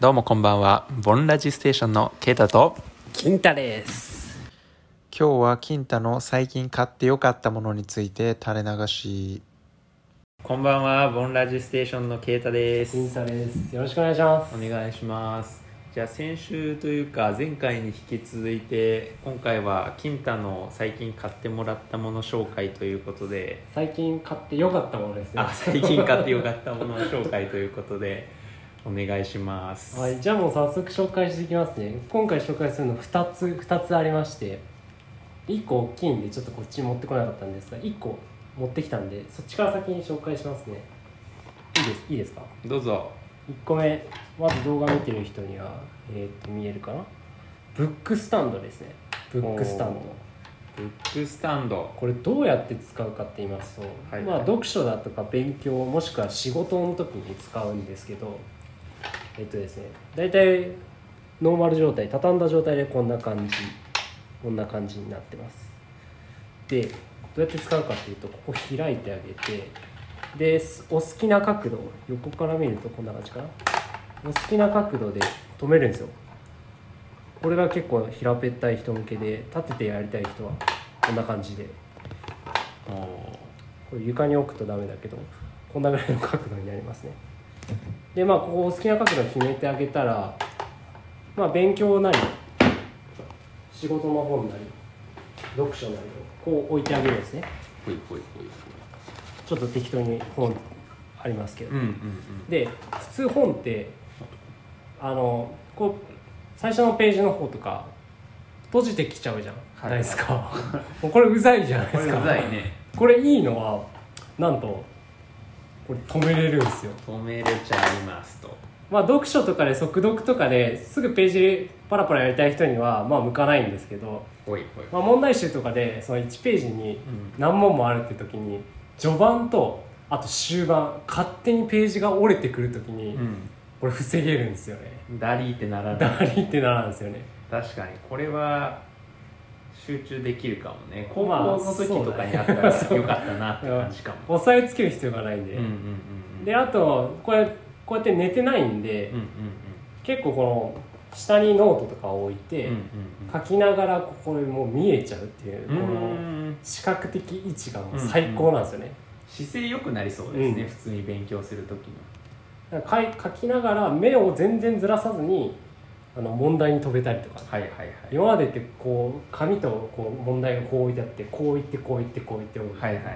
どうもこんばんは。ボンラジステーションのケイタと、金太です今日は金太の最近買ってよかったものについて垂れ流し。こんばんは。ボンラジステーションのケイタです。金太ですよろしくお願いしますお願いします。じゃあ先週というか前回に引き続いて今回は金太の最近買ってもらったもの紹介ということで最近買って良かったものですね あ最近買ってよかったもの紹介ということでお願いします、はい、じゃあもう早速紹介していきますね今回紹介するの2つ2つありまして1個大きいんでちょっとこっち持ってこなかったんですが1個持ってきたんでそっちから先に紹介しますねいいですいいですかどうぞ1個目まず動画見てる人にはえーっと見えるかなブックスタンドですねブックスタンドおーブックスタンドこれどうやって使うかって言いますと、はいまあ、読書だとか勉強もしくは仕事の時に使うんですけどえっとですね大体ノーマル状態畳んだ状態でこんな感じこんな感じになってますでどうやって使うかっていうとここ開いてあげてですお好きな角度横から見るとこんな感じかなお好きな角度で止めるんですよこれが結構平べったい人向けで立ててやりたい人はこんな感じでおーこれ床に置くとダメだけどこんなぐらいの角度になりますねでまあここお好きな角度を決めてあげたらまあ勉強なり仕事の本なり読書なりをこう置いてあげるんですねほいほいほいちょっと適当に本ありますけど、うんうんで普通本ってあのこう最初のページの方とか閉じてきちゃうじゃん、はいないですか もうこれうざいじゃないこでれすうかざいねこれいいのはなんとこれ止めれるんですよ止めれちゃいますとまあ読書とかで速読とかですぐページパラパラやりたい人にはまあ向かないんですけど、ほいほいまあ、問題集とかでその1ページにうん何問もあるって時に序盤とあと終盤勝手にページが折れてくる時にこれ防げるんですよねうんダリーってならないダリってならんですよね確かにこれは集中できるかもね高校まあの時とかにあったらそうだねよかったなって感じかも、押さえつける必要がないんで、うんうんうんであとこれこうやって寝てないんで、うんうん結構この下にノートとかを置いて、うんうん書きながらここにもう見えちゃうっていううこんのうん視覚的位置がもう最高なんですよね、姿勢良くなりそうですね、うん普通に勉強する時のだから書い書きながら目を全然ずらさずにあの問題に飛べたりとかはいはいはい今までってこう紙とこう問題がこう置いてあってこういってこういってこういって、はいはいはいは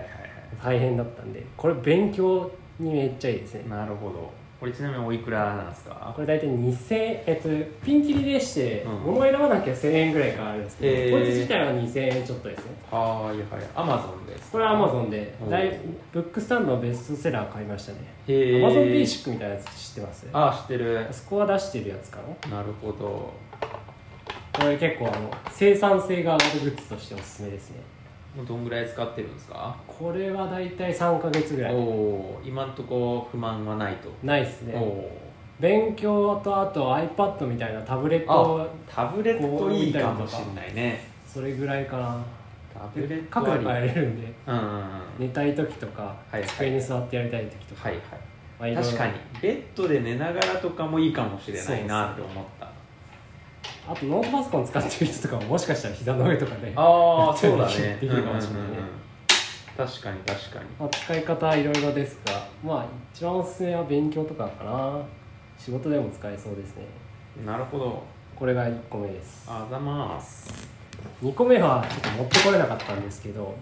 大変だったんでこれ勉強にめっちゃいいですねい、なるほどこれちなみにおいくらなんですかこれ大体2000えっとピンキリでして、うん物を選ばなきゃ1000円ぐらいからあるんですけど、えーこいつ自体は2000円ちょっとですねはーいはいアマゾンですこれは Amazon でうん大ブックスタンドのベストセラー買いましたねへー Amazon ベーシックみたいなやつ知ってますあああ知ってるそこは出してるやつかななるほどこれ結構あの生産性が上がるグッズとしておすすめですねもうどんぐらい使ってるんですかこれは大体3ヶ月ぐらおいおー今んとこ不満はないと、ないですおねお勉強とあと iPad みたいなタブレッあトタブレットいいかもしんないねそれぐらいかなタブレット各あ部り変えれるんでうんうんうんはい寝たい時とかはいはい机に座ってやりたい時とか、はいまあいろいろ確かにベッドで寝ながらとかもいいかもしれないなって思ったあとノートパソコン使ってる人とかももしかしたら膝の上とかで、ああそうそうだだねねうんうんうんうんできるかもしれ ないね確かに確かにまあ、使い方はいろいろですがまあ一番おすすめは勉強とかかな仕事でも使えそうですねなるほどこれが1個目ですあざます2個目はちょっと持ってこれなかったんですけど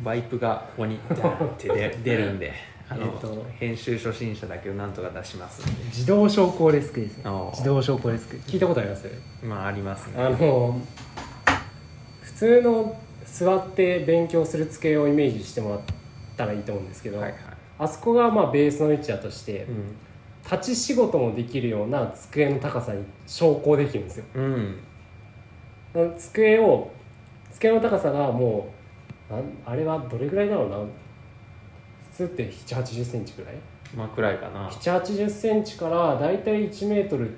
バイプがここにダーって出出るんであの、 えっと編集初心者だけどなんとか出しますんで自動昇降デスクですねおう自動昇降デスク聞いたことありますまあありますねあの普通の座って勉強する机をイメージしてもらったらいいと思うんですけど、はいはい、あそこがまあベースの位置だとして、うん立ち仕事もできるような机の高さに昇降できるんですようん、机を机の高さがもうなんあれはどれぐらいだろうな普通って7 8 0センチぐらいまあくらいかな7 8 0センチからだいたい1メートル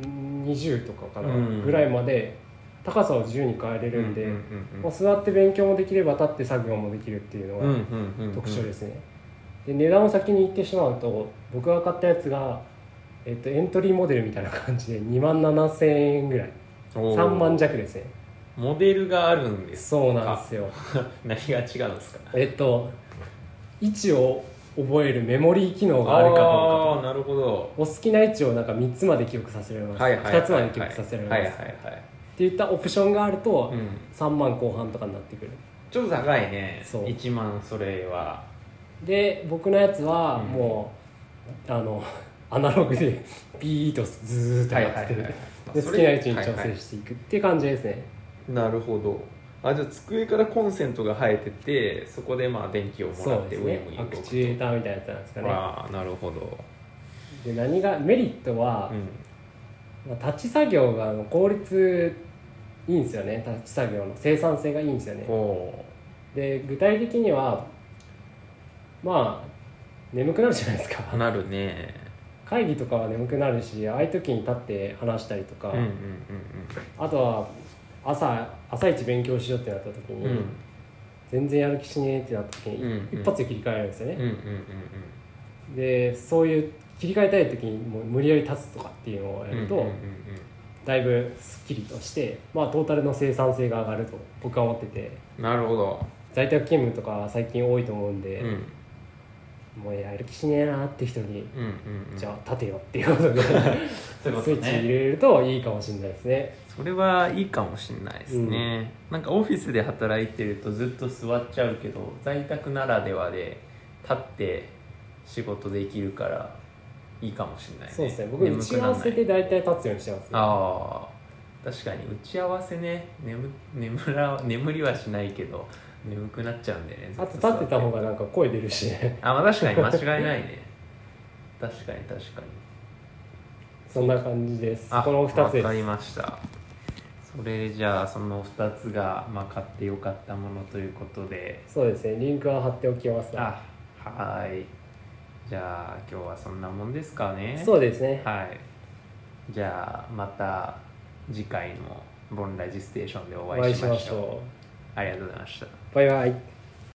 20とかかな、うんぐらいまで高さを自由に変えれうるんんで、うんもう座って勉強もできれば立って作業もできるっていうのうんうんがうんうんうん特徴ですね、で値段を先に言ってしまうと僕が買ったやつがえっと、エントリーモデルみたいな感じで2万7000円ぐらい3万弱ですねモデルがあるんですそうなんですよか何が違うんですかえっと位置を覚えるメモリー機能があるかどうあかーなるほどとかお好きな位置をなんか3つまで記憶させられます、はいはいはい2つまで記憶させられます、はいはいっはいていったオプションがあると、うん3万後半とかになってくるちょっと高いねそう1万それはで僕のやつはうんもう、あのアナログで ビーッとずーっとやってて、で好きな位置に調はいは整していくっていう感じですね、いなるほどあじゃあ机からコンセントが生えててそこでまあ電気をもらそっうてですウィねンウィアンク動くチュエーターみたいなやつなんですかねああなるほどで何がメリットはう、んまあ立ち作業があの効率いいんですよね立ち作業の生産性がいいんですよねほで具体的にはまあ眠くなるじゃないですかうなるね会議とかは眠くなるしああいう時に立って話したりとか、うんうんうんあとは朝朝一勉強しようってなった時に、うんうん全然やる気しねえってなった時に、うんうん一発で切り替えられるんですうよんうんうね、んでそういう切り替えたい時にもう無理やり立つとかっていうのをやうんると、うんうんうんだいぶすっきりとして、まあ、トータルの生産性が上がると僕は思っててなるほど在宅勤務とか最近多いと思うんで、うんうんもうやる気しねえなって人に、うんうんじゃあ立てよっていうことでそういうこスイとッチ入ねれるといいかもしれないですねそれはいいかもしれないですね、なんかオフィスで働いてるとずっと座っちゃうけど在宅ならではで立って仕事できるからいいかもしれないねそうですね僕打眠ちくな合らわないせで大体立つようにしてます、ね、ああ確かに打ち合わせね眠眠ら眠りはしないけど眠くなっちゃうんでねずあっとと立座ってた方がなんか声出るしねあ、まあ、確かに間違いないね確かに確かにそんな感じですあこの2つでわかりすましたそれじゃあその2つが、まあ、買ってよかったものということでそうですねリンクは貼っておきますあはーいじゃあ今日はそんなもんですかねそうですねはいじゃあまた次回の「ボンラジステーション」でおお会会いいししままししょうょありがとうございましたうバイバイ